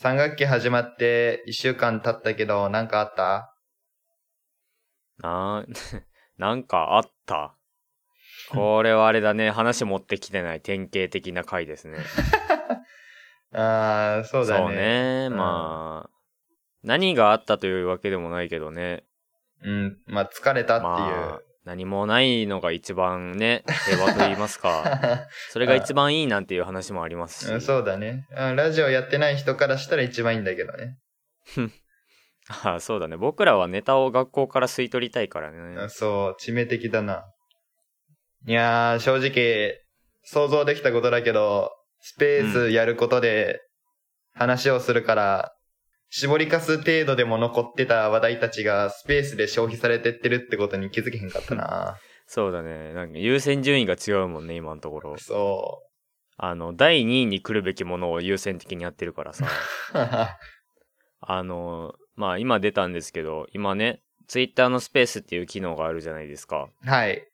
3学期始まって1週間経ったけど、なんかあったな ーなんかあった。これはあれだね。話持ってきてない典型的な回ですね。ああ、そうだね。そうね。うんまあ、何があったというわけでもないけどね。うん。まあ、疲れたっていう。まあ、何もないのが一番ね、平和と言いま すか。それが一番いいなんていう話もありますうんし。そうだね。うんラジオやってない人からしたら一番いいんだけどね。あそうだね。僕らはネタを学校から吸い取りたいからうねん。そう、致命的だな。いやー、正直、想像できたことだけど、スペースやることで話をするから、絞りかす程度でも残ってた話題たちがスペースで消費されてってるってことに気づけへんかったな。そうだね。なんか優先順位が違うもんね、今のところ。そあの、第2位に来るべきものを優先的にやってるからさ。う。あの、まあ今出たんですけど、今ね、ツイッターのスペースっていう機能があるじゃないですか。はい。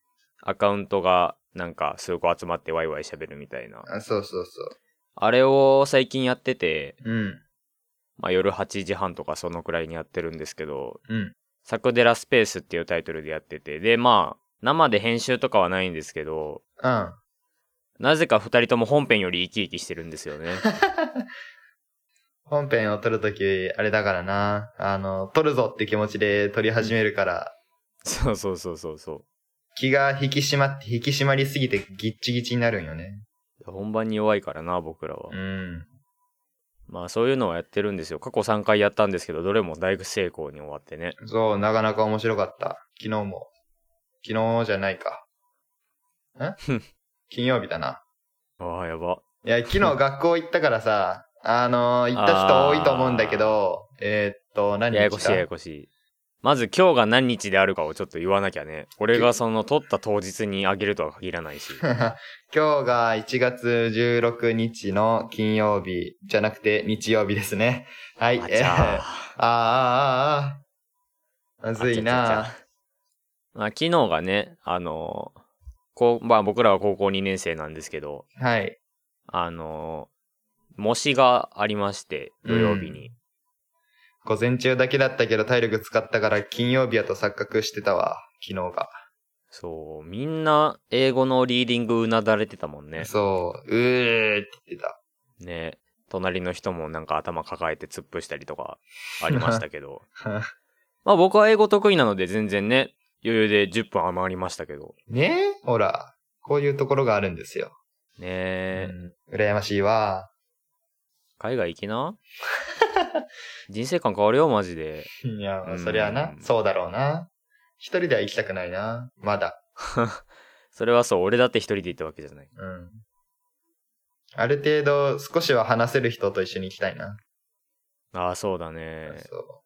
アカウントがなんか数個集まってワイワイ喋るみたいな。あそうそうそあれを最近やってて、う。うん。まあ夜8時半とかそのくらいにやってるんですけど、うん。サクデラスペースっていうタイトルでやってて、でまあ生で編集とかはないんですけど、うん。なぜか二人とも本編より生き生きしてるんですよね。本編を撮るとき、あれだからな。あの、撮るぞって気持ちで撮り始めるから、そうそうそうそうそう。気が引き締まって、引き締まりすぎてギッチギチになるんよね。本番に弱いからな、僕らはう。ん。まあそういうのをやってるんですよ。過去3回やったんですけど、どれも大成功に終わってね。そう、なかなか面白かった。昨日も。昨日じゃないか。 んふん金曜日だな。ああ、やば。いや、昨日学校行ったからさ、あのー行った人多いと思うんだけど、えーっと、何日ややこしいだややこしい。まず今日が何日であるかをちょっと言わなきゃね。俺がその撮った当日にあげるとは限らな いし。今日が1月16日の金曜日じゃなくて日曜日ですね。はい。あえちーゃああ、 ああ、ああ。まずいあちゃちゃちなゃ。まあ昨日がね、あのー、こう、まあ僕らは高校2年生なんですけど、はい。あのー、模試がありまして、土曜日に。午前中だけだったけど体力使ったから金曜日やと錯覚してたわ。昨日が。そう、みんな英語のリーディングうなだれてたもんね。そう。うーって言ってた。ね隣の人もなんか頭抱えて突っ伏したりとかありましたけどまあ僕は英語得意なので全然ね余裕で10分余りましたけどねえほら。こういうところがあるんですよ。ねうん、え、羨ましいわ。海外行きな人生観変わるよマジでいや、そりゃなう。んそうだろうな。一人では行きたくないな。まだ。それはそう俺だって一人で行ったわけじゃないうん。ある程度少しは話せる人と一緒に行きたいな。ああそうだねそ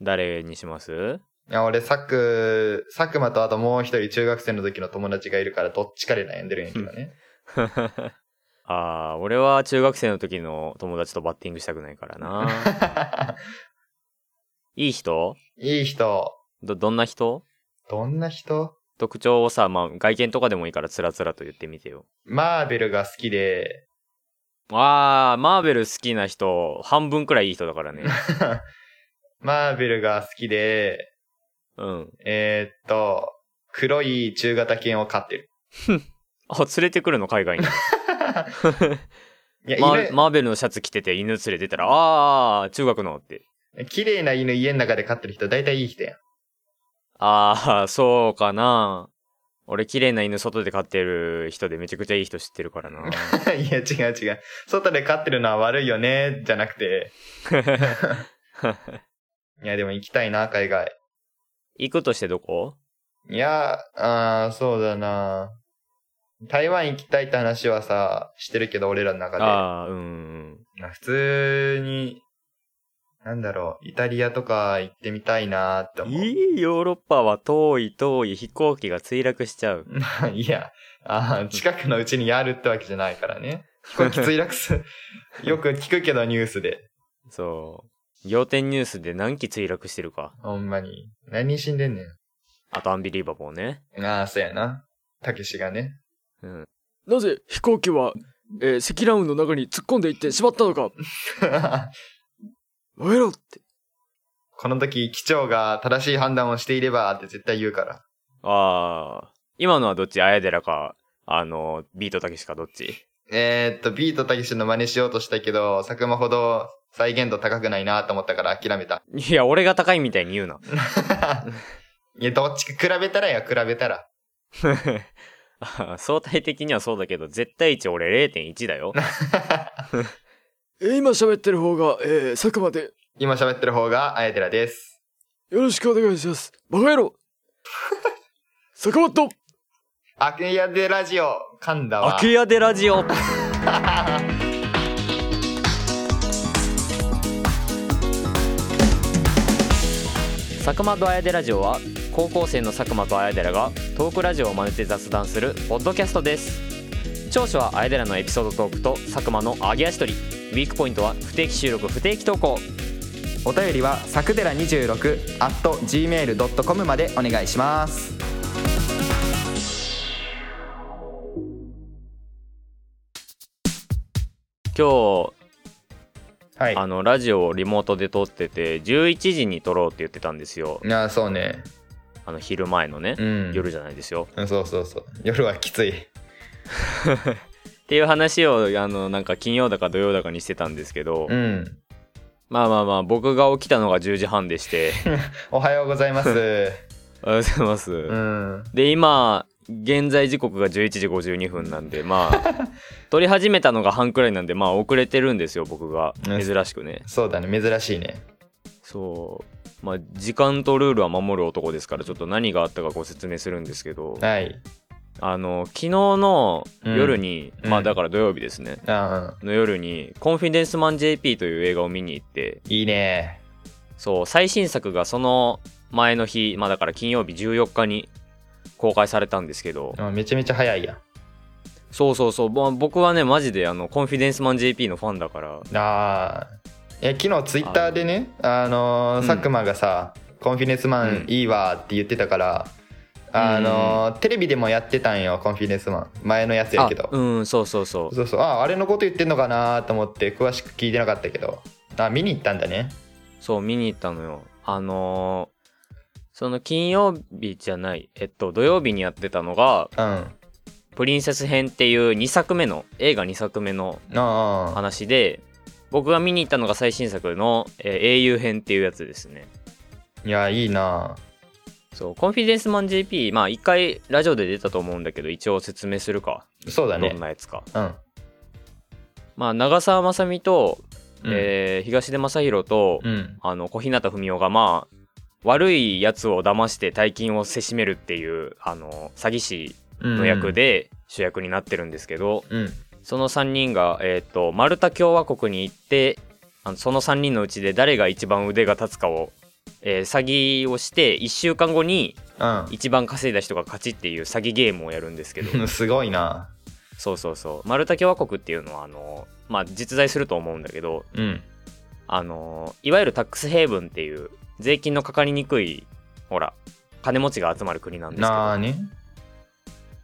誰にしますう。いや、俺、さく、佐久間とあともう一人中学生の時の友達がいるからどっちかで悩んでるんやけどね。ああ俺は中学生の時の友達とバッティングしたくないからないい人 いい人。どどんな人どんな人特徴をさ、まあ、外見とかでもいいからつらつらと言ってみてよ。マーベルが好きで、あー、マーベル好きな人、半分くらいいい人だか らね。マーベルが好きで、うん。えーっと、黒い中型犬を飼ってる。あ、連れてくるの、海外に。いや、マ犬ーマーベルのシャツ着てて犬連れてたら、あー、中学のって。綺麗な犬家の中で飼ってる人大体いい人やん。あー、そうかな。俺、綺麗な犬外で飼ってる人でめちゃくちゃいい人知ってるか らな。いや、違う違う。外で飼ってるのは悪いよね、じゃなく て。いや、でも行きたいな、海外。行くとしてどこいや、あー、そうだな。台湾行きたいって話はさ、してるけど、俺らの中で。あー、うんうん。まあ普通に、なんだろう、イタリアとか行ってみたいなって思う。いい、ヨーロッパは遠い遠い飛行機が墜落しちゃう。 いや、あー近くのうちにやるってわけじゃないから ね。飛行機墜落する。よく聞くけど、ニュースで。そう。仰天ニュースで何機墜落してるか。ほんまに。何人死んでんねあとアンビリーバボーね。ん。ああ、そうやな。たけしがね。 うん。なぜ飛行機はえー、積乱雲の中に突っ込んでいってしまったのか燃えろって。この時、機長が正しい判断をしていればって絶対言うから。ああ。今のはどっちあやでらか、あの、ビートたけしかどっちえー、っと、ビートたけしの真似しようとしたけど、佐久間ほど再現度高くないなと思ったから 諦めた。いや、俺が高いみたいに言うな。 いや、どっちか比べたらや、比べたら。あ相対的にはそうだけど、絶対値俺0.1だよ。今喋ってる方が、えー、佐久間で、今喋ってる方が、あやてらです。よろしくお願いします。バカ野郎佐久間と、アクヤでラジオ、噛んだわ。アクヤでラジオ 佐久間と綾でラジオは高校生の佐久間と綾寺がトークラジオを真似て雑談するポッドキャストです長所は綾寺のエピソードトークと佐久間の揚げ足取りウィークポイントは不定期収録不定期投稿お便りはさくでら26 at gmail.com までお願いします今日はい。あのラジオをリモートで撮ってて11時に撮ろうって言ってたんですよいや、そうね。あの昼前のね、うん。夜じゃないですようん。そうそうそう。夜はきつい。っていう話をあのなんか金曜だか土曜だかにしてたんですけど、うん。まあまあまあ僕が起きたのが10時半でして おはようございます。ありがと うございます、うん。で今現在時刻が11時52分なんでまあ撮り始めたのが半くらいなんでまあ遅れてるんですよ僕がうん珍しくねそうだね、珍しいね。そうまあ時間とルールは守る男ですからちょっと何があったかご説明するんですけどはい。あの昨日の夜に、うんまうあんだから土曜日ですねあの夜に「コンフィデンスマン JP」という映画を見に行ってうん。いいね。そう最新作がその前の日まあだから金曜日14日に公開されたんですけどうんめちゃめちゃ早いや。そうそうそう、まあ、僕はねマジであのコンフィデンスマン JP のファンだからああ。え、昨日ツイッターでね、あのーうん佐久間がさ、コンフィデンスマンうんいいわって言ってたから、あのーテレビでもやってたんよ、コンフィデンスマン。前のやつやけど。あうんそうそうそうそうそう。ああ、あれのこと言ってんのかなと思って、詳しく聞いてなかったけど。あ、見に行ったんだね。そう見に行ったのよあのーその金曜日じゃないえっと土曜日にやってたのがうん。あ「プリンセス編」っていう2作目の映画2作目のあ。話で僕が見に行ったのが最新作の「えー英雄編」っていうやつですねいや、いいな。そうコンフィデンスマン JP まあ一回ラジオで出たと思うんだけど一応説明するかそうだどねん。なやつか、うん。まあ長澤まさみと、うんえー東出昌大と、うん。あの小日向文世がまあ悪いやつを騙して大金をせしめるっていうあの詐欺師の役で主役になってるんですけど、うん。その3人が、えー、とマルタ共和国に行ってあのその3人のうちで誰が一番腕が立つかを、えー詐欺をして1週間後にう一番稼いだ人が勝ちっていう詐欺ゲームをやるんですけ どん。すごいな。そうそうそうマルタ共和国っていうのはあのまあ実在すると思うんだけどうん。あのいわゆるタックスヘイブンっていう税金のかかりにくいほら金持ちが集まる国なんですけなあどね。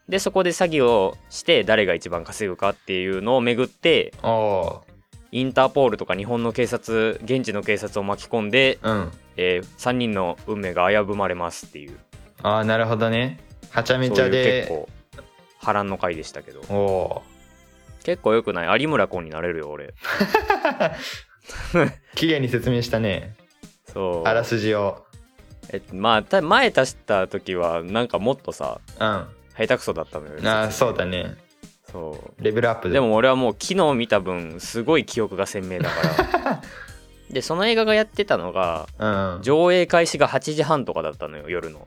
でそこで詐欺をして誰が一番稼ぐかっていうのをめぐっておおインターポールとか日本の警察現地の警察を巻き込んで、ー。うん。え3人の運命が危ぶまれますっていうああ、なるほどね。はちゃめちゃそうで。いう結構波乱の回でしたけどおお結構よくない有村君になれるよ俺ー。綺麗に説明したね。そうあらすじを。えっとまあた前出した時はなんかもっとさうん。あ下手くそだったのよあ、そうだね。そうレベルアップでで。も俺はもう昨日見た分すごい記憶が鮮明だから でその映画がやってたのがうん。あ上映開始が8時半とかだったのよ夜の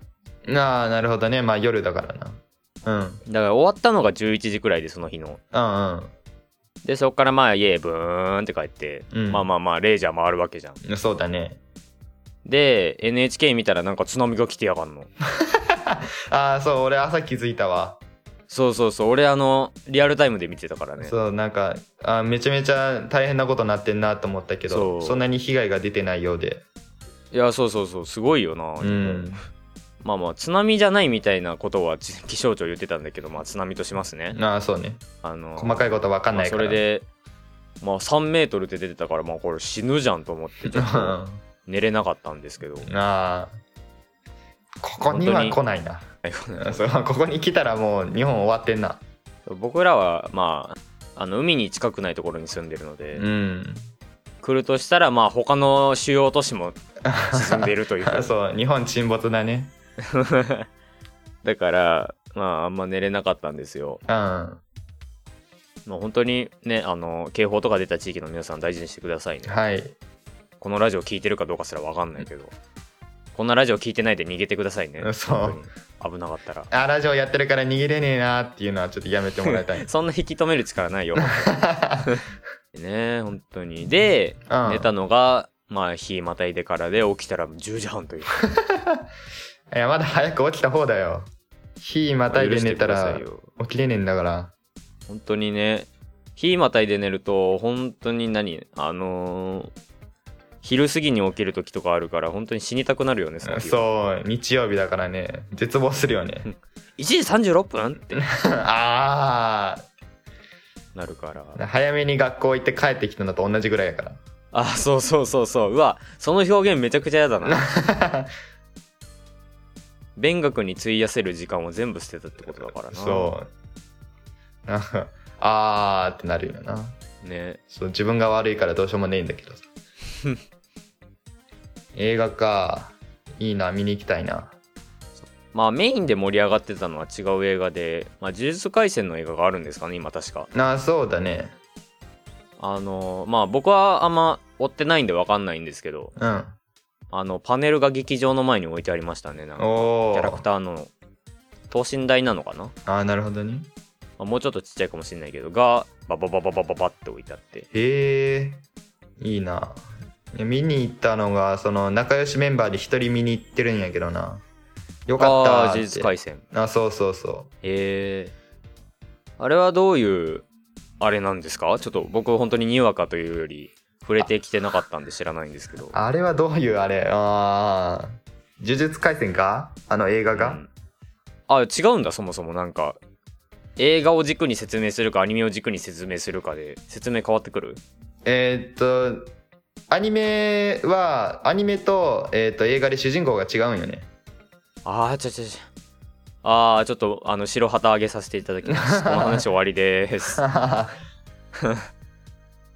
あ、なるほどね。まあ夜だからな。うん。だから終わったのが11時くらいでその日のうんうんでそっからまあ家ブーンって帰って、うんまあまあまあレジャー回るわけじゃんうん。そうだね。で NHK 見たらなんか津波が来てやがんのああ、そう、俺朝気づいたわ。そうそうそう俺あのリアルタイムで見てたからねそう、なんか、あーめちゃめちゃ大変なことになってんなと思ったけそど、うそんなに被害が出てないようで。いやそうそうそうすごいよな、うん。まあまあ津波じゃないみたいなことはち気象庁言ってたんだけどまあ津波としますねああ、そうね。あの細かいことわかんないから。まあそれでまあ3メートルって出てたからまあこれ死ぬじゃんと思ってちうょん。っ とあ寝れなかったんですけどあ。ここには来ないな。そうここに来たらもう日本終わってんな。僕らはまああの海に近くないところに住んでるので、うん。来るとしたらまあ他の主要都市も進んでいるという そう、日本沈没だね。だからまああんま寝れなかったんですようん。もう本当にねあの警報とか出た地域の皆さん大事にしてくださいねはい。このラジオ聞いてるかどうかすら分かんないけどこんなラジオ聞いてないで逃げてくださいね そう本当に危なかったら。あ、ラジオやってるから逃げれねえなっていうのはちょっとやめてもらいたい そんな引き止める力な いよね本当にで、うん寝たのがまあ日またいでからで起きたら10時半といういや、まだ早く起きた方だよ。火またいで寝たまあ許らしてくださいよ起きれねえんだから。本当にね日またいで寝ると本当に何あのー昼過ぎに起きる時とかあるから本当に死にたくなるよねその日はそう、日曜日だからね、絶望する よね。 1時36分ってあなるからあ、早めに学校行って帰ってきたのと同じぐらいやから。あそうそうそうそううわその表現めちゃくちゃ嫌 だな勉学に費やせる時間を全部捨てたってことだからなそう。なんか、あーってなるよな。うねそう、自分が悪いからどうしようもねえんだけ どさ。映画か。いいな、見に行きたいな。まあメインで盛り上がってたのは違う映画で、まあ、呪術廻戦の映画があるんですかね今確かなあ、そうだね。あのまあ僕はあんま追ってないんで分かんないんですけどうん。あのパネルが劇場の前に置いてありましたねなんかおキー。ャラクターの等身大なのかな、まあー、なるほどね。あもうちょっとちっちゃいかもしれないけどがバババババババって置いてあってへえ、いいな。いや見に行ったのが、その、仲良しメンバーで一人見に行ってるんやけどな。よかったあーあー呪っ術て。廻戦あ、そうそうそへえあれはどういうあれなんですかちょっと僕本当ににわかというより触れてきてなかったんで知らないんですけどう。あれはどういうあれああ。呪術廻戦かあの映画うが、んあ違うんだそもそもなんか映画を軸に説明するかアニメを軸に説明するかで説明変わってくるえーっと、アニメは、アニメと、えーっと、映画で主人公が違うんよね。 ああちょちょちょああちょっとあの白旗上げさせていただき ますこの話終わりですあ、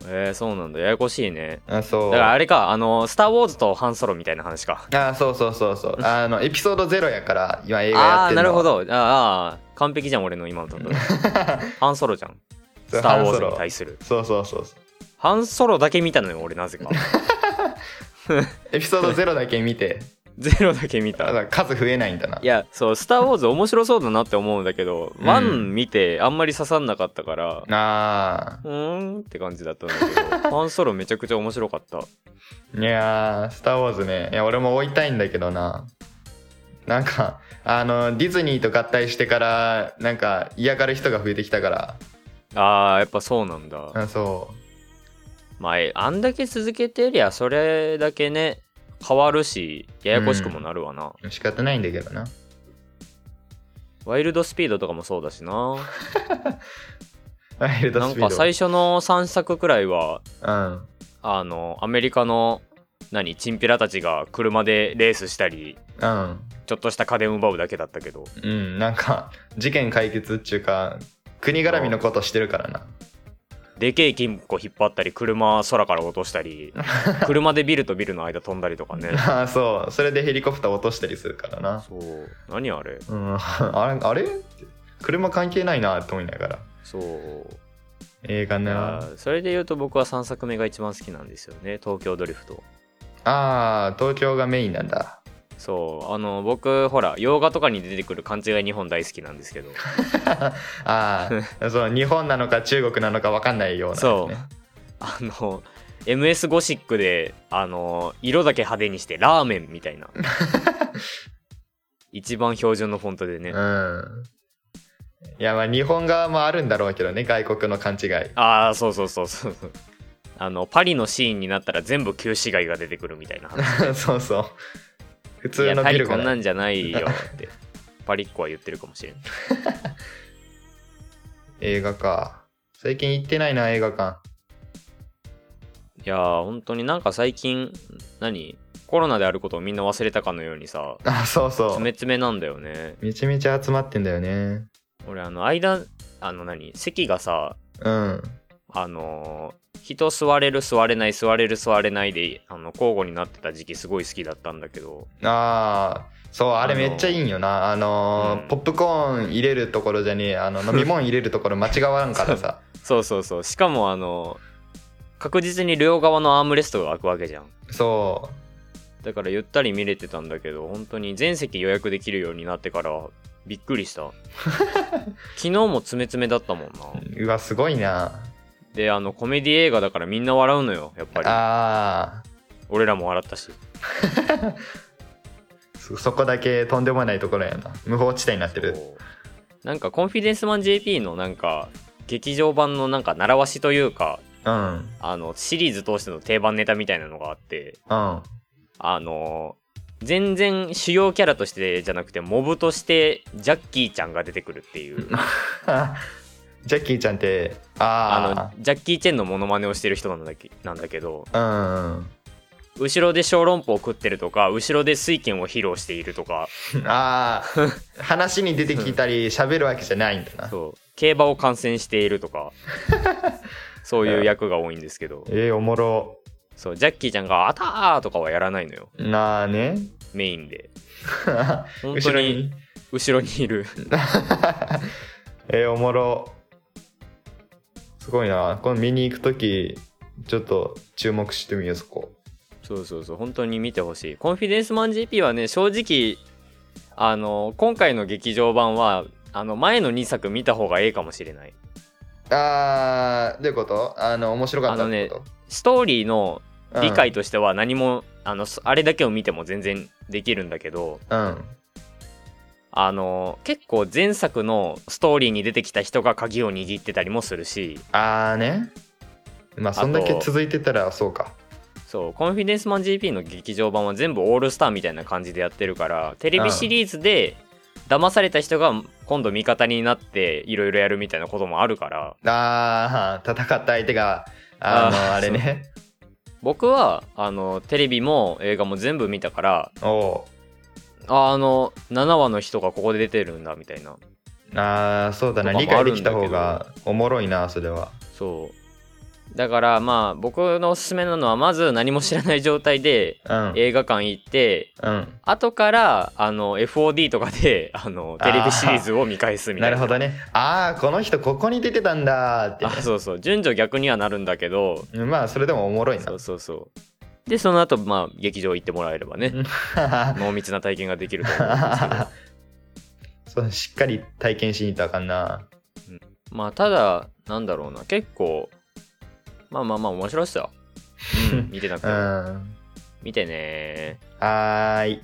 えー、そうなんだややこしいねそだう。からあれかあの「スター・ウォーズ」と「ハン・ソロ」みたいな話かあそうそうそうそう。あの、エピソードゼロやから、今映画やあっあてーるの。なるほ。どあーあー完璧じゃん俺の今のと ころハンソロじゃん「そうスター・ウォーズ」ハンソロに対するそうそうそうそう。ハンソロだけ見たのよ俺なぜか エピソードゼロだけ見て、ゼロだけ 見だかたら数増えないんだな。いやそう「スター・ウォーズ」面白そうだなって思うんだけど、うんワン見てあんまり刺さんなかったからあうーんって感じだったんだけ どハンソロめちゃくちゃ面白かったーいやー、スター・ウォーズね。いや、俺も追いたいんだけどな。なんか、あの、ディズニーと合体してから、なんか、嫌がる人が増えてきたから。あーやっぱそうなんだあそまあえあんだけ続けてりゃそれだけね変わるしややこしくもなるわな、う。仕方ないんだけどな。ワイルドスピードとかもそうだしなワイルドなスんピード。か最初の3作くらいはうん。あのアメリカの何チンピラたちが車でレースしたりうん。ちょっとした家電奪うだけだったけどうん。なんか、事件解決っていうか、国絡みのことしてるからな。でけえ金庫引っ張ったり車空から落とした り車でビルとビルの間飛んだりとかねあーそう。それでヘリコプター落としたりするからな。そう何あれうん。 あれあれって車関係ないなって思いながら。そう映画いなやーそれで言うと僕は3作目が一番好きなんですよね東京ドリフトああ東京がメインなんだそうあの僕ほら洋画とかに出てくる勘違い日本大好きなんですけどああそう日本なのか中国なのか分かんないような、ね、そうあの MS ゴシックであの色だけ派手にしてラーメンみたい な一番標準のフォントでね、うんいやまあ日本側もあるんだろうけどね外国の勘違い ああそうそうそうそうそうあのパリのシーンになったら全部旧市街が出てくるみたいな話そうそう 普い通やのタビリルがこんなないんじゃないよってパリッコは言ってるかもしれない映画か最近行ってないな映画館 いやー本当になんか最近何コロナであることをみんな忘れたかのようにさあそうそう爪爪なんだよねめちゃめちゃ集まってんだよね俺あの間あの何席がさうんあのー人座れる座れない座れる座れないであの交互になってた時期すごい好きだったんだけどああそうあれめっちゃいいんよなあのーうんポップコーン入れるところじゃねえ あの飲み物入れるところ間違わんからさそうそうそうしかもあの確実に両側のアームレストが開くわけじゃんそだからゆったり見れてたんだけど本当に全席予約できるようになってからびっくりした 昨日も爪爪だったもんなううわすごいなであのコメディ映画だからみんな笑うのよやっぱあり俺らも笑ったしーそそこだけとんでもないところやな無法地帯になってるそうなんかコンフィデンスマン JP のなんか劇場版のなんか習わしというかうんあのシリーズ通しての定番ネタみたいなのがあってうん あの全然主要キャラとしてじゃなくてモブとしてジャッキーちゃんが出てくるっていうあジャッキーちゃんってああのジャッキー・チェンのモノマネをしてる人なんだけなんだけどあうん後ろで小籠包を食ってるとか後ろで水拳を披露しているとかあ あ話に出てきたり喋るわけじゃないんだなそう競馬を観戦していると かそういう役が多いんですけどえー、おもろそうジャッキーちゃんが「あたー!」とかはやらないのよなあねメインで本当後ろにに後ろにいるえー、おもろすごいなこの見に行く時ちょっと注目してみようそこそうそうそう本当に見てほしいコンフィデンスマン GP はね正直あの今回の劇場版はあの前の2作見た方がええかもしれないあーどういうことあの面白かったってこストーリーのと、理解としては何も、あのそあれだけを見ても全然できるんだけどうん、うん、あの結構前作のストーリーに出てきた人が鍵を握ってたりもするしあーねまあそんだけ続いてたらそうかそうコンフィデンスマン GP の劇場版は全部オールスターみたいな感じでやってるからテレビシリーズで騙された人が今度味方になっていろいろやるみたいなこともあるからあー戦った相手があのあーあれね僕はあのテレビも映画も全部見たからおああの7話の人がここで出てるんだみたいなうあーそうだなとか理もあ解るでんだきけたど方がおもろいなそれはそうだからまあ僕のおすすめなのはまず何も知らない状態でうん映画館行ってうん後からあの FOD とかであのテレビシリーズを見返すみなたいるなほどねああこの人ここに出てたんだーってあそうそう順序逆にはなるんだけどうんまあそれでもおもろいな そうそうそうでその後まあ劇場行ってもらえればねうん濃密な体験ができると思うんですけ どそうしっかり体験しに行ったらあかんなまあただなんだろうな結構まあまあまあ面白いっすよ、 うん、見てなくうてんも、見てねーはーい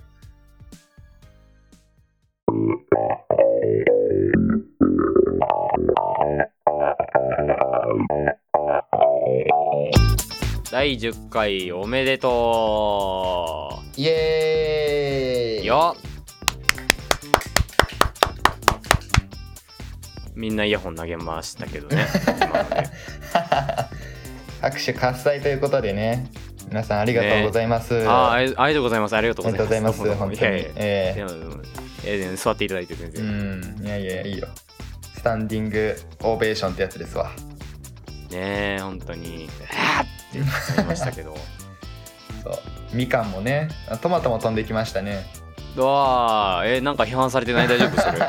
第10回おめでとイエーうイよみんなイヤホン投げましたけど ね今のね拍手喝采ということでね皆さんありがとうございます、あーあありありがとうございますありがとうりがとごうござざいいまますすどうも本当にいやいやいえやでもいやでも座っていただいて全え然、うんいやいやいいよスタンディングオベーションってやつですわねえ本当にあーってなりましたけ どそうみかんもねあトマトも飛んできましたね うわーえなんか批判されてない大丈夫 それ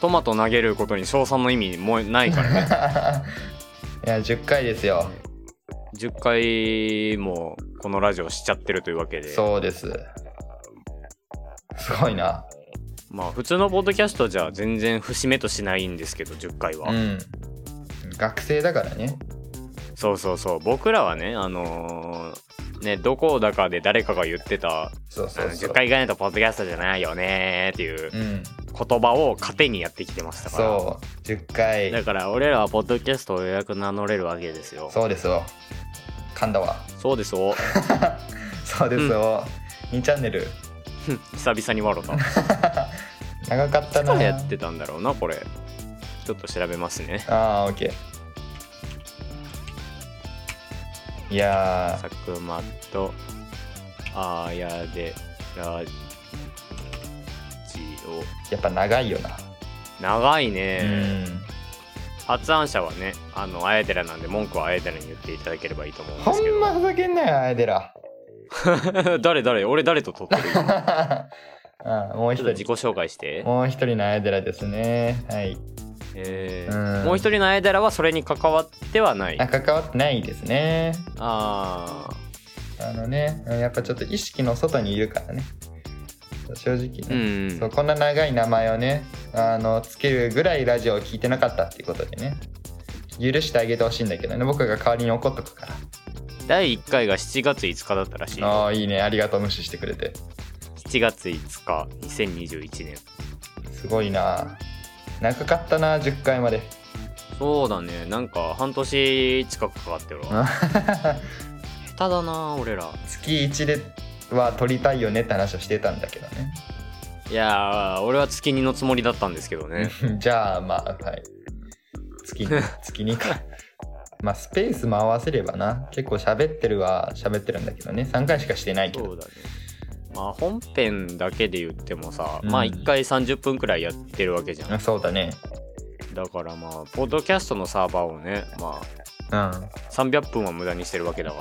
トマト投げることに称賛の意味もうないから ねいや10回ですよ10回もこのラジオしちゃってるというわけでそうですすごいなまあ普通のポッドキャストじゃ全然節目としないんですけど10回は、うん学生だからねそうそうそう僕らはねあのーねどこだかで誰かが言ってたそうあそのうそう10回以外とポッドキャストじゃないよねーっていううん言葉を糧にやってきてましたからそう10回だから俺らはポッドキャストを予約名乗れるわけですよそうですよ。噛んだわ。そうですよそうですよ。 2チャンネル。 久々に笑ったい長かったつかな。らやってたんだろうなこれちょっと調べますねああ、オッケー。いや佐久間とあやでラジー、やっぱ長いよな。オ長いねうん。発案者はねあのあやでらなんで文句はあやでらに言っていただければいいと思うんですほけんまふざけんなよ、あやで ら。ど 誰誰俺誰と撮ってる 今うんもう一ちょっと自己人。紹介してもう一人のあやでらですね。はい。えうー、んもう一人のあやでらはそれに関わってはないあ、関わってないですね。ああのね、うんやっぱちょっと意識の外にいるからね。正直ーうね。んそうこんな長い名前をねあのつけるぐらいラジオを聞いてなかったっていうことでね許してあげてほしいんだけどね僕が代わりに怒っとくから第1回が7月5日だったらしいよああいいねありがとう無視してくれて7月5日2021年すごいな長かったな10回までそうだねなんか半年近くかかってるわ下手だな俺ら月1では撮りたいよねって話をしてたんだけどねいやー俺は月2のつもりだったんですけどね じゃあまあはい月に月にかまあスペースも合わせればな結構喋ってるは喋ってるんだけどね3回しかしてないけそどうだねまあ本編だけで言ってもさ、うんまあ1回30分くらいやってるわけじゃあんそうだねだからまあポッドキャストのサーバーをねまあうん300分は無駄にしてるわけだわ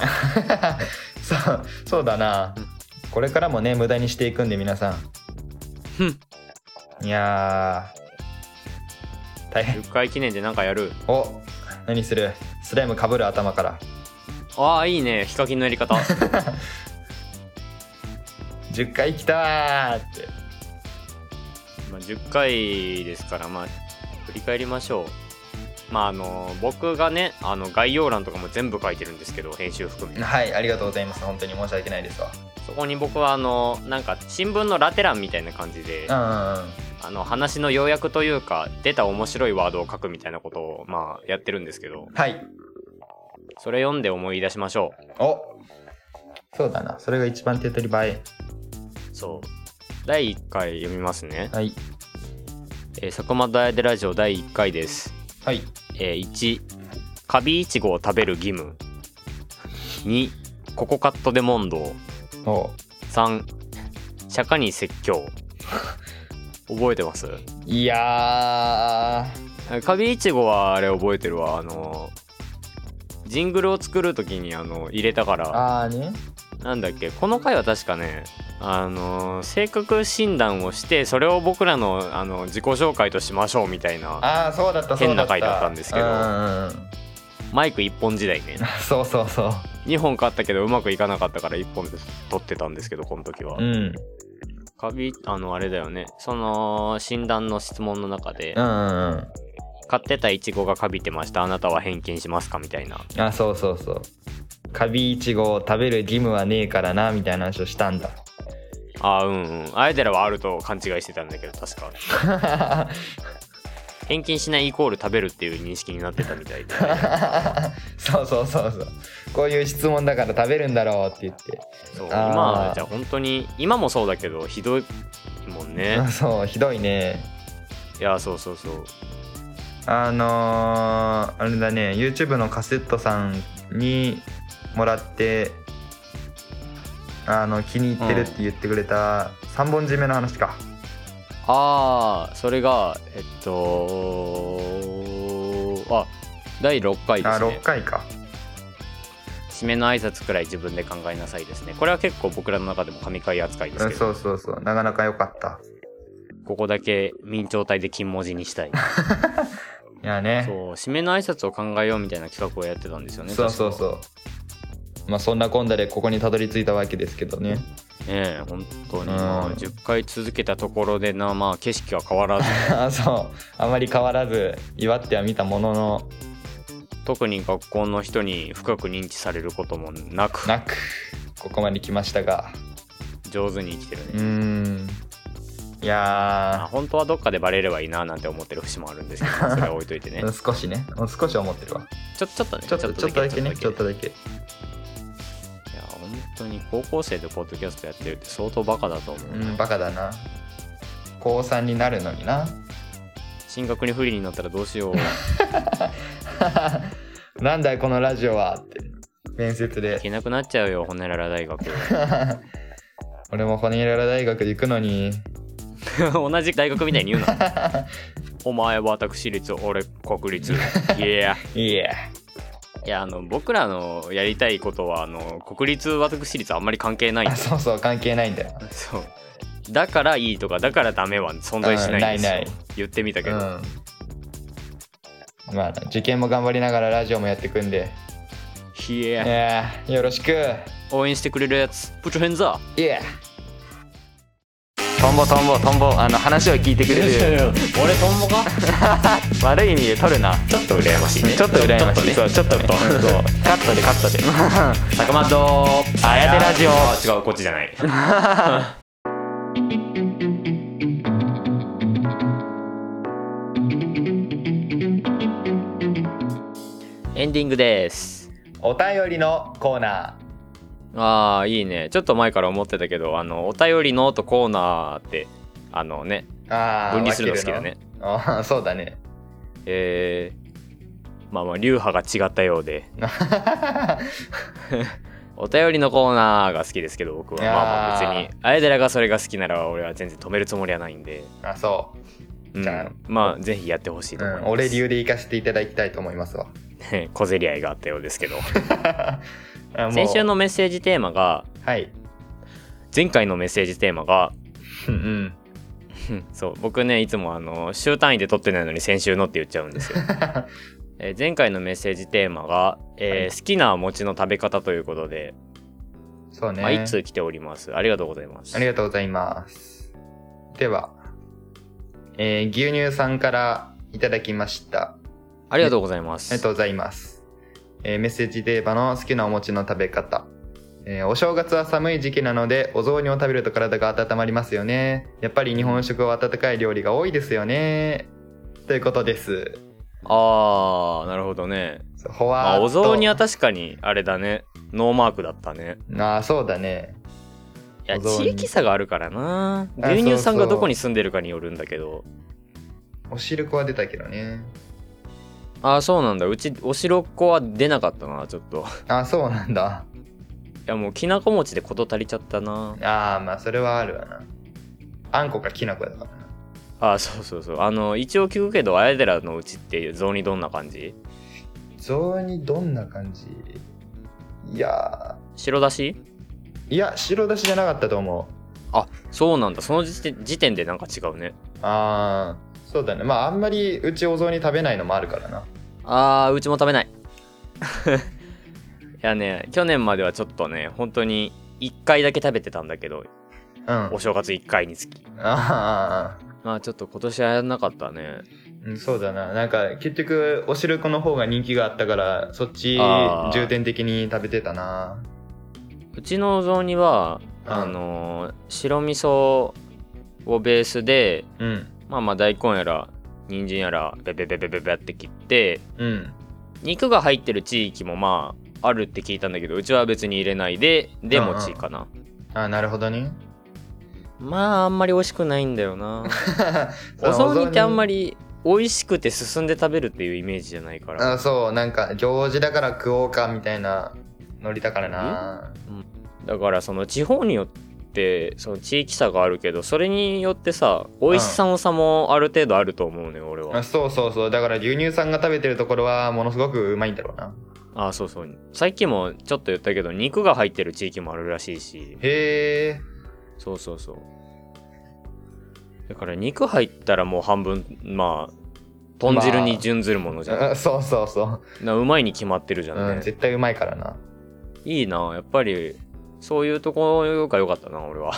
そうそうだなうんこれからもね無駄にしていくんで皆さふんんいやー大変10回記念でなんかやるお何するスライムかぶる頭からああいいねヒカキンのやり方10回来たーってまあ10回ですからまあ振り返りましょうまああの僕がねあの概要欄とかも全部書いてるんですけど編集含めはいありがとうございます本当に申し訳ないですわそこに僕はあのなんか新聞のラテ欄みたいな感じで、うんうんあの話の要約というか出た面白いワードを書くみたいなことをまあやってるんですけどうんはいそれ読んで思い出しましょおそうだなそれが一番手っ取り早いうそう第1回読みますねはい「えー、佐久間大でラジオ」第1回です、はいえー、1カビイチゴを食べる義務2ココカットデモンドお3釈迦に説教覚えてますいやカビイチゴはあれ覚えてるわあのジングルを作る時にあの入れたからああねなんだっけこの回は確かねあの性格診断をしてそれを僕らのあの自己紹介としましょうみたいなああそうだったそうだった変な回だったんですけどううんうんマイク1本時代ねそうそうそ2本買ったけどうまくいかなかったから1本で撮ってたんですけどこの時はううんカビあのあれだよねその診断の質問の中でうんうんうん買ってたイチゴがカビてましたあなたは返金しますかみたいなあそうそうそうカビイチゴを食べる義務はねえからなみたいな話をしたんだ あーうんうんアイデラはあると勘違いしてたんだけど確か返金しないイコール食べるっていう認識になってたみた いでそうそうそうそうこういう質問だから食べるんだろうって言ってそうあー今じゃあ本当に今もそうだけどひどいもんねあ そうひどいねいやそうそうそうあのー、あれだね YouTube のカセットさんにもらってあの気に入ってるって言ってくれた3本締めの話かああそれがえっとあ第6回であす6ね回か締めの挨拶くらい自分で考えなさいですねこれは結構僕らの中でも神回扱いですうんけどそうそうそうなかなか良かったここだけ明朝体で金文字 にしたいいやねそう締めの挨拶を考えようみたいな企画をやってたんですよねそうそう確かそうまあそんなこんなでここにたどり着いたわけですけどね ねえ本当に、うんまあ10回続けたところでなまあ景色は変わら ずあそうあまり変わらず祝っては見たものの特に学校の人に深く認知されることもなくなくここまで来ましたが上手に生きてるねう、ーんいまあや本当はどっかでバレればいいななんて思ってる節もあるんですけどそれは置いといてねー少しね少し思ってるわちょちょっとねちょっとちょっとだけねちょっとだだけけいや本当に高校生でポッドキャストやってるって相当バカだと思う、うん、バカだな。高3になるのにな。 進学に不利になったらどうしようなんだよこのラジオはって。面接いで。けなくなっちゃう よホネララ大学 俺もホニララ大学行くのに。同じ大学みたいに言うな お前私立俺国立いやいや。いやあの僕らのやりたいことはあの国立私立あんまり関係ないんあ、だそうそう、関係ないんだよ。そうだからいいとかだからダメは存在しないんですよ、うんないない言ってみたけうど、ん。まあ、受験も頑張りながらラジオもやっていくん で。いいやや、よろしく。応援してくれるやつプチヘンザいや。トンボトンボトンボあの話を聞いてくれる俺トンボか悪い意味で取るなちょっと羨ましいねちょっと羨ましいねちょっとねそうちょっととそうカットでカットで坂本とあやてラジオ違うこっちじゃないエンディングです お便りのコーナああいいねちょっと前から思ってたけどあのお便りのとコーナーってあのねー。ああ。分離するの好きだね分けるの。あーそうだね。 えー、まあまあ流派が違ったようでお便りのコーナーが好きですけど僕はまあまあ別いやーにあやでらがそれが好きなら俺は全然止めるつもりはないんで、あ、そうじゃあ。ん、まあぜひやってほしいうと思いうまん、す、俺流で行かせていただきたいと思いますわ。 小競り合いがあったようですけどあもう先週のメッセージテーマがはい。前回のメッセージテーマが うんうん。 うんそう僕ねいつもあの週単位で撮ってないのに先週のって言っちゃう んですよ、えー前回のメッセージテーマが、えー好きな餅の食べ方ということで、そうね。まあ、一通来ておりますありがとうございますありがとうございます。では、えー牛乳さんからいただきました。ありがとうございますありがとうございます。えーメッセージテーマの好きなお餅の食べ方。えーお正月は寒い時期なので、お雑煮を食べると体が温まりますよね。やっぱり日本食は温かい料理が多いですよね。ということです。あーなるほどね、ほわーっまあ、とお雑煮は確かにあれだねノーマークだったねあーそうだね。いやお雑地煮域差があるからなあ牛乳さそうんそがうどこに住んでるかによるんだけどお汁粉は出たけどね。ああそうなんだうちおしろっこは出なかったなちょっとあーそうなんだ。いやもうきなこ餅で事足りちゃったなああ、まあそれはあるわな。あんこかきなこだからな。あそうそうそうあの一応聞くけどあやでらのうちって雑煮どんな感じ雑煮どんな感じいや白だしーいや白だしじゃなかったと思そうなんだその時点時点でなんか違うねうああそうだねまああんまりうちお雑煮食べないのもあるからなあーうちも食 べないいやね去年まではちょっとね本当に1回だけ食べてたんだけどうんお正月1回につきあーまあちょっと今年はやんなかったねうんそうだななんか結局お汁粉の方が人気があったからそっちあー重点的に食べてたなうちのお雑煮はうんあのー白味噌をベースでうんまあまあ大根やら人参やらベベベベベベって切ってうん肉が入ってる地域もまああるって聞いたんだけどうちは別に入れないででうんうん餅かな、あーなるほど ねまああんまり美味しくないんだよなそおの雑煮ってあんまりり美味しくて進んで食べるっていうイメージじゃないからあそうなんか行事だから食おうかみたいなノリだからなだからその地方によってその地域差があるけどそれによってさ美味しさの差もある程度あると思うね俺はあそうそうそうだから牛乳さんが食べてるところはものすごくうまいんだろうなあそうそうさっきもちょっと言ったけど肉が入ってる地域もあるらしいしへえそうそうそうだから肉入ったらもう半分まあ豚汁に準ずるものじゃん、あそうそうそう、なうまいに決まってるじゃうんん、ね、絶対うまいからないいなやっぱりそういうところが良かったな俺は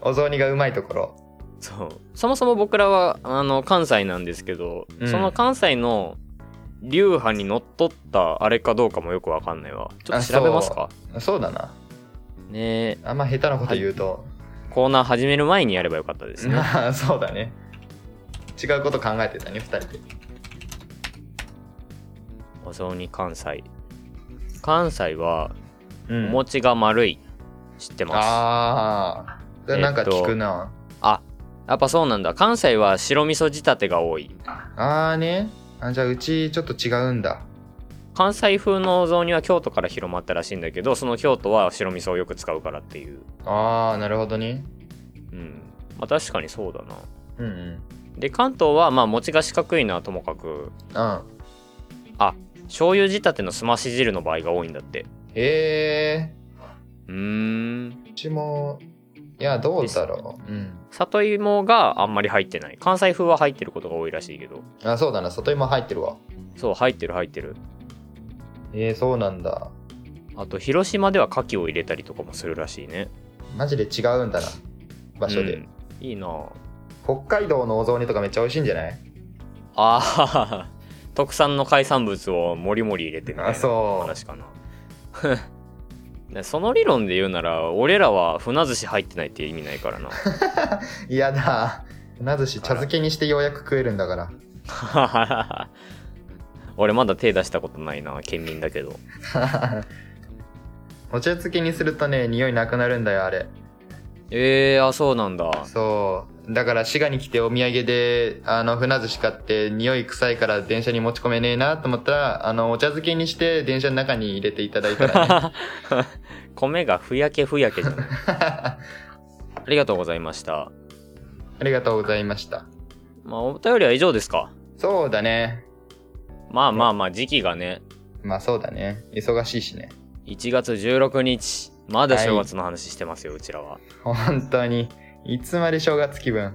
お雑煮がうまいところそうそもそも僕らはあの関西なんですけど、うんその関西の流派にのっとったあれかどうかもよくわかんないわちょっあと調べますかそうだなねえあんま下手なこと言うと、コーナー始める前にやればよかったですねま あそうだね違うこと考えてたね2人でお雑煮関西関西はうんお餅が丸い知ってますあああなんか聞くな、やっぱそうなんだ関西は白味噌仕立てが多いああねあじゃあうちちょっと違うんだ関西風のお雑煮は京都から広まったらしいんだけどその京都は白味噌をよく使うからっていうああなるほどねうんまあ確かにそうだなうんうんで関東はまあ餅が四角いのはともかくうん醤油仕立てのすまし汁の場合が多いんだってへえうーんうちもいやどうだろううん里芋があんまり入ってない関西風は入ってることが多いらしいけどあそうだな里芋入ってるわそう入ってる入ってるえー、そうなんだあと広島では牡蠣を入れたりとかもするらしいねマジで違うんだな場所で、うんいいなぁ北海道のお雑煮とかめっちゃ美味しいんじゃないあー 特産の海産物をもりもり入れてみたいあなそう話かな ねその理論で言うなら俺らは船寿司入ってないって意味ないからな嫌だなずし茶漬けにしてようやく食えるんだから 俺まだ手出したことないな県民だけどお茶漬けにするとね匂いなくなるんだよあれえー、あそうなんだそうだから滋賀に来てお土産であの船寿司買って匂い臭いから電車に持ち込めねえなと思ったらあのお茶漬けにして電車の中に入れていただいたら、 ね、米がふやけふやけ じゃないあありがとうございましたりがとうございましたまあお便りは以上ですかそうだねまあまあまあ時期がねまあそうだね忙しいしね1月16日まだ正月の話してますよ、うちらは本当にいつまで正月気分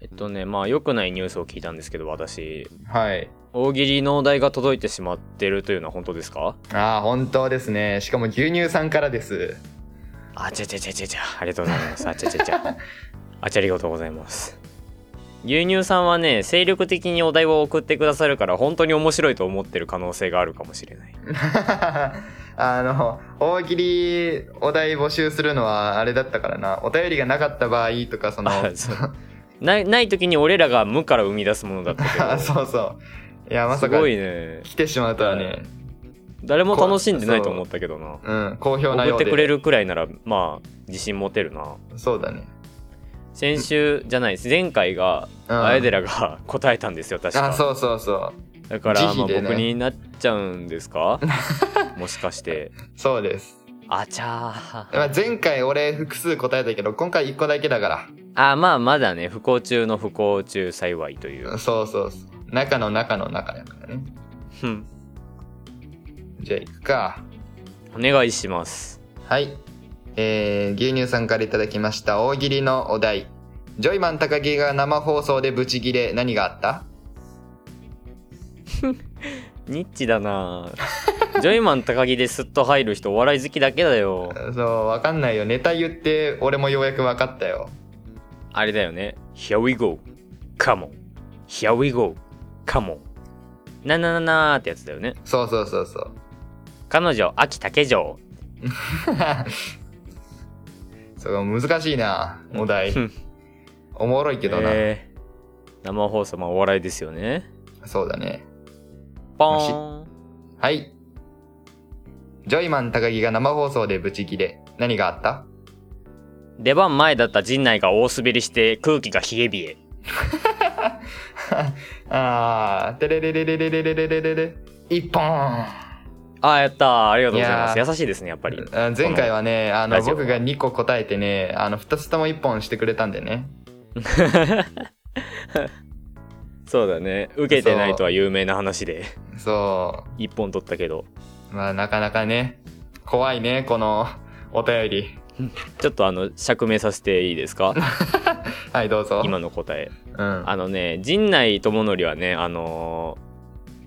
えっとねまあ良くないニュースを聞いたんですけど私はい大喜利のお題が届いてしまってるというのは本当ですかああ本当ですねしかも牛乳さんからです あちゃちゃちゃちゃちゃありがとうございますあちゃちゃ ちゃあちゃありがとうございます牛乳さんはね精力的にお題を送ってくださるから本当に面白いと思ってる可能性があるかもしれないあの、大喜利お題募集するのはあれだったからな。お便りがなかった場合とか、その、 あそうないない時に俺らが無から生み出すものだったけ どそうそう。いや、まさすかごいね来てしまうとはね、誰も楽しんでないと思ったけどなうん、好評なよ送うっで。てくれるくらいならまあ自信持てるなそうだね。先週じゃないです前回がうん、あやでらが答えたんですよ確かあ、そうそうそう。だから、慈ま悲あ、でね僕になっちゃうんで すかもしかしてそうです。あちゃーまあ、前回俺複数答えたけど、今回1個だけだかあまあまだね不幸中の不幸中幸いというら。そうそうそう。中の中の中だからね。うんじゃあ行くか。お願いしますはい。えー、牛乳さんからいただきました大喜利のお題。ジョイマン高木が生放送でブチギレ何があったニッチだなジョイマン高木ですっと入る人お笑い好きだけだよそう、わかんないよ。ネタ言って俺もようやくわかったよ。あれだよね Here we go come on Here we go come on ななななーってやつだよねそうそうそうそう。彼女秋竹城そう、難しいな、お題う。んおもろいけどな。えー生放送もお笑いですよねそうだね。ポーンはい。ジョイマン高木が生放送でブチギレ何があった出番前だった陣内が大滑りして空気が冷え冷え あー、てれれれれれれれれれれれ。一本あやったーありがとうございますいや優しいですねやっぱりあ前回はねあのラジオは僕が2個答えてねあの2つとも1本してくれたんでねそうだね受けてないとは有名な話でそ一本取ったけどうまあなかなかね怖いねこのお便りちょっとあの釈明させていいですか はいどうぞ今の答えうんあのね陣内智則はねあのー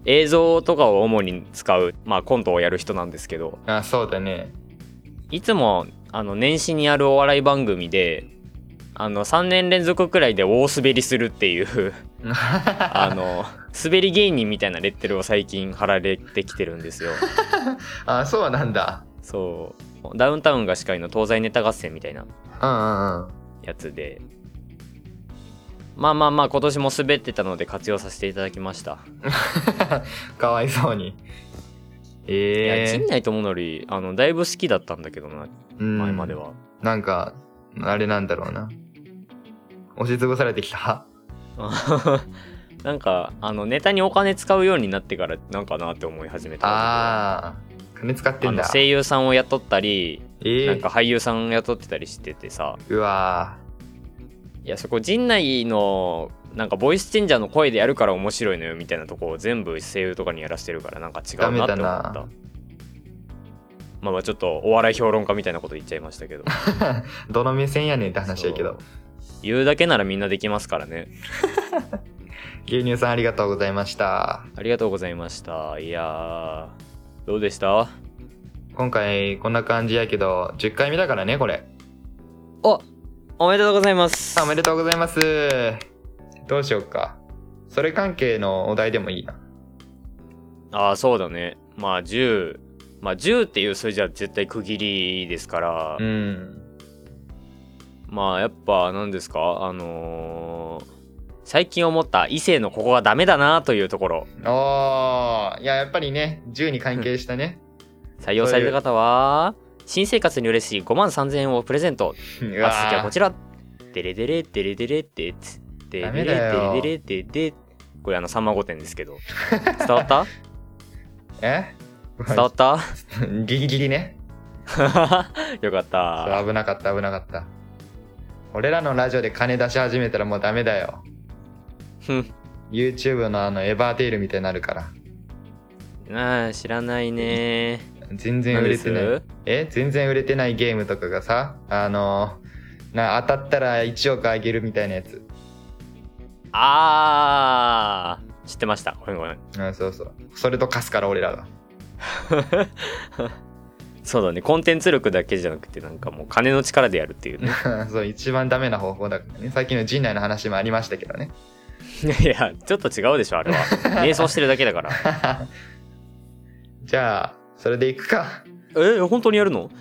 映像とかを主に使う、まあ、コントをやる人なんですけどあそうだねいつもあの年始にあるお笑い番組であの3年連続くらいで大滑りするっていう あの滑り芸人みたいなレッテルを最近貼られてきてるんですよ。あそうなんだそうダウンタウンが司会の東西ネタ合戦みたいなうんうん うんやつでまあまあまあ今年も滑ってたので活用させていただきましたかわいそうにいや、陣ええ内智則、あの、だいぶ好きだったんだけどな、うん前までは。なんか、あれなんだろうな。押しつぶされてきた。 なんか、あの、ネタにお金使うようになってから、なんかなって思い始めた。ああ、金使ってあんのだ。声優さんを雇ったり、ええなんか俳優さんを雇ってたりしててさ、うわいや、そこ陣内の、なんかボイスチェンジャーの声でやるから面白いのよみたいなとこを全部声優とかにやらしてるからなんか違うなって思った。ダメだなまあまあちょっとお笑い評論家みたいなこと言っちゃいました けどーどの目線やねんって話やけど。言うだけならみんなできますからね牛乳さんありがとうございました。ありがとうございましたいやーどうでしたあ今回こんな感じやけど、10回目だからね、これ。おめでとうございますあおめでとうございます。どうしようか。それ関係のお題でもいいな。ああそうだねまあ10まあ10っていう数字は絶対区切りですから、うん。まあやっぱ何ですかあのー最近思った異性のここがダメだなというところおー、いや、やっぱりね、10に関係したね。採用された方は新生活に嬉しい5万3000円をプレゼンうトあ続きはわこちらデレデレデレデレデつデレダデレメデだよレデレデデこれあのさんま御殿です けど伝わったえ伝わった ギリギリね。よかっそたう危なかった、危なかった。俺らのラジオで金出し始めたらもうダメだよ。ふん YouTube のあの、エヴァーテールみたいになるから。あー知らないね全然何売でれてすない。え全然売れてないゲームとかがさあのな当たったら1億あげるみたいなやつあー知ってましたごめんごめんうんそうそうそれと貸すから俺らがそうだねコンテンツ力だけじゃなくてなんかもう金の力でやるっていうね そう一番ダメな方法だからねさっきの陣内の話もありましたけどねいやちょっと違うでしょあれは瞑想してるだけだからじゃあそれでいくか え本当にやるの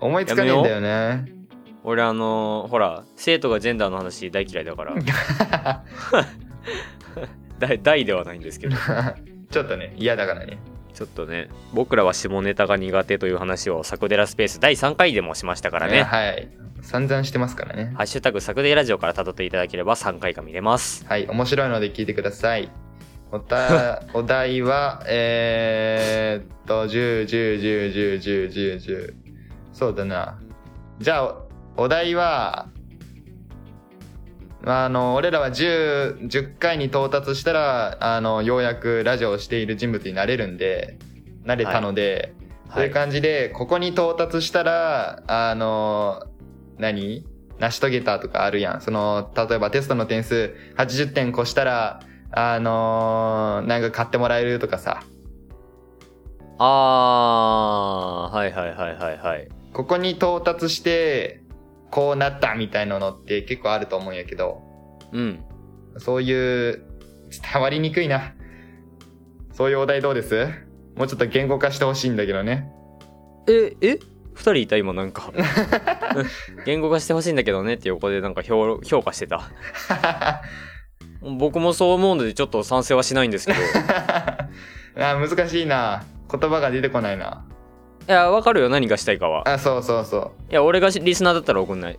思いつかねえんだよね俺あのーほら生徒がジェンダーの話大嫌いだから大大ではないんですけど ちょっとね嫌だからねちょっとね僕らは下ネタが苦手という話をサクデラスペース第3回でもしましたからいやねはい散々してますからねハッシュタグサクデラジオから辿っていただければ3回が見れますはい、面白いので聞いてください。おた お題は、えー、っと、10、10、10、10、10、10、10。そうだな。じゃあ、おお題は、あの、俺らは10、10回に到達したら、あの、ようやくラジオをしている人物になれるんで、なれたので、そうはいうい、感じで、ここに到達したら、あの、何成し遂げたとかあるやん。その、例えばテストの点数80点越したら、あのなんか買ってもらえるとかさ。あーはいはいはいはいはいここに到達して、こうなったみたいなのって結構あると思うんやけど、うんそういう、伝わりにくいな。そういうお題どうですもうちょっと言語化してほしいんだけどね。 ええ2人いた今なんか言語化してほしいんだけどねって横でなんか評評価してた僕もそう思うのでちょっと賛成はしないんですけどいあ難しいな。言葉が出てこないな。やわかるよ何がしたいかはあ、そうそうそう。いや俺がリスナーだったら怒んない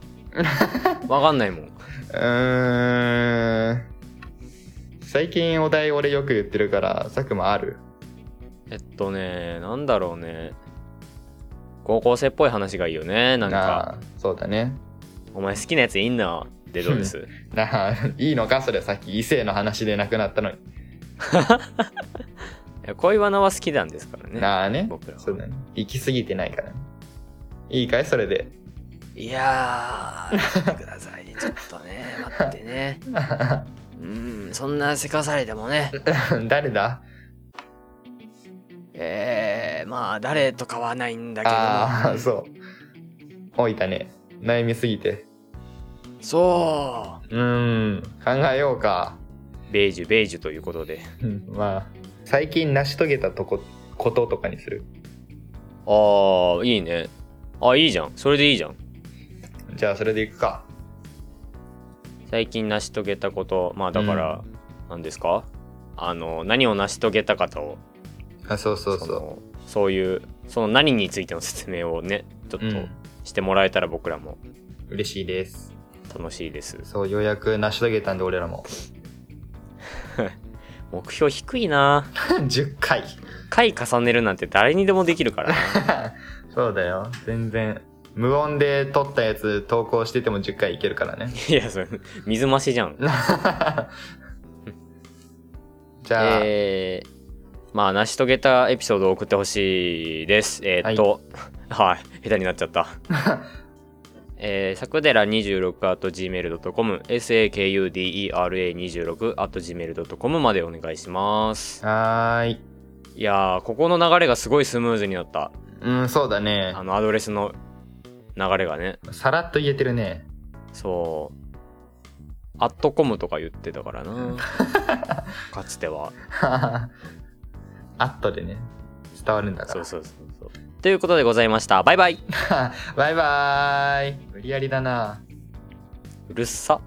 わかんないもんうーん。最近お題俺よく言ってるから、佐久間あるえっとねなんだろうね高校生っぽい話がいいよねなんあかそうだね。 「お前好きなやついんな」ってどうですなあ、いいのかそれさっき異性の話でなくなったのに。いや恋バナは好きなんですからねなあね僕ら。はそうだね。行き過ぎてないからね。いいかいそれで。いやー待ってくださいちょっとね待ってねうんそんなせかされてもね誰だえー、まあ誰とかはないんだああ、そう。置いたね。悩みすぎて。そうーん。考えようか。 うベージュベージュということでうんまあ、最近成し遂げたとこ、こととかにする。ああいいねあいいじゃんそれでいいじゃんじゃあそれでいくか。最近成し遂げたことまあだから、う何ですかあの何を成し遂げたかとあそうそうそそのそういうその何についての説明をねちょっう、うん、としてもらえたら僕らも嬉しいです楽しいですそうようやく成し遂げたんで俺らも 目標低いな10回回重ねるなんて誰にでもできる からなそうだよ全然無音で撮ったやつ投稿してても10回いけるからね いやそれ水増しじゃんじゃあ、えーまあ成し遂げたエピソードを送ってほしいですえーっとはい、下手になっちゃった えー、さくでら26 at gmail.com sakudera26 at gmail.com までお願いしますはーいいやーここの流れがすごいスムーズになったうんそうだねあのアドレスの流れがねさらっと言えてるね そうアットコムとか言ってたからなかつてはあっとでね伝わるんだかそ うらそうそうそうということでございましたバイバイバイバーイ無理やりだなうるっさ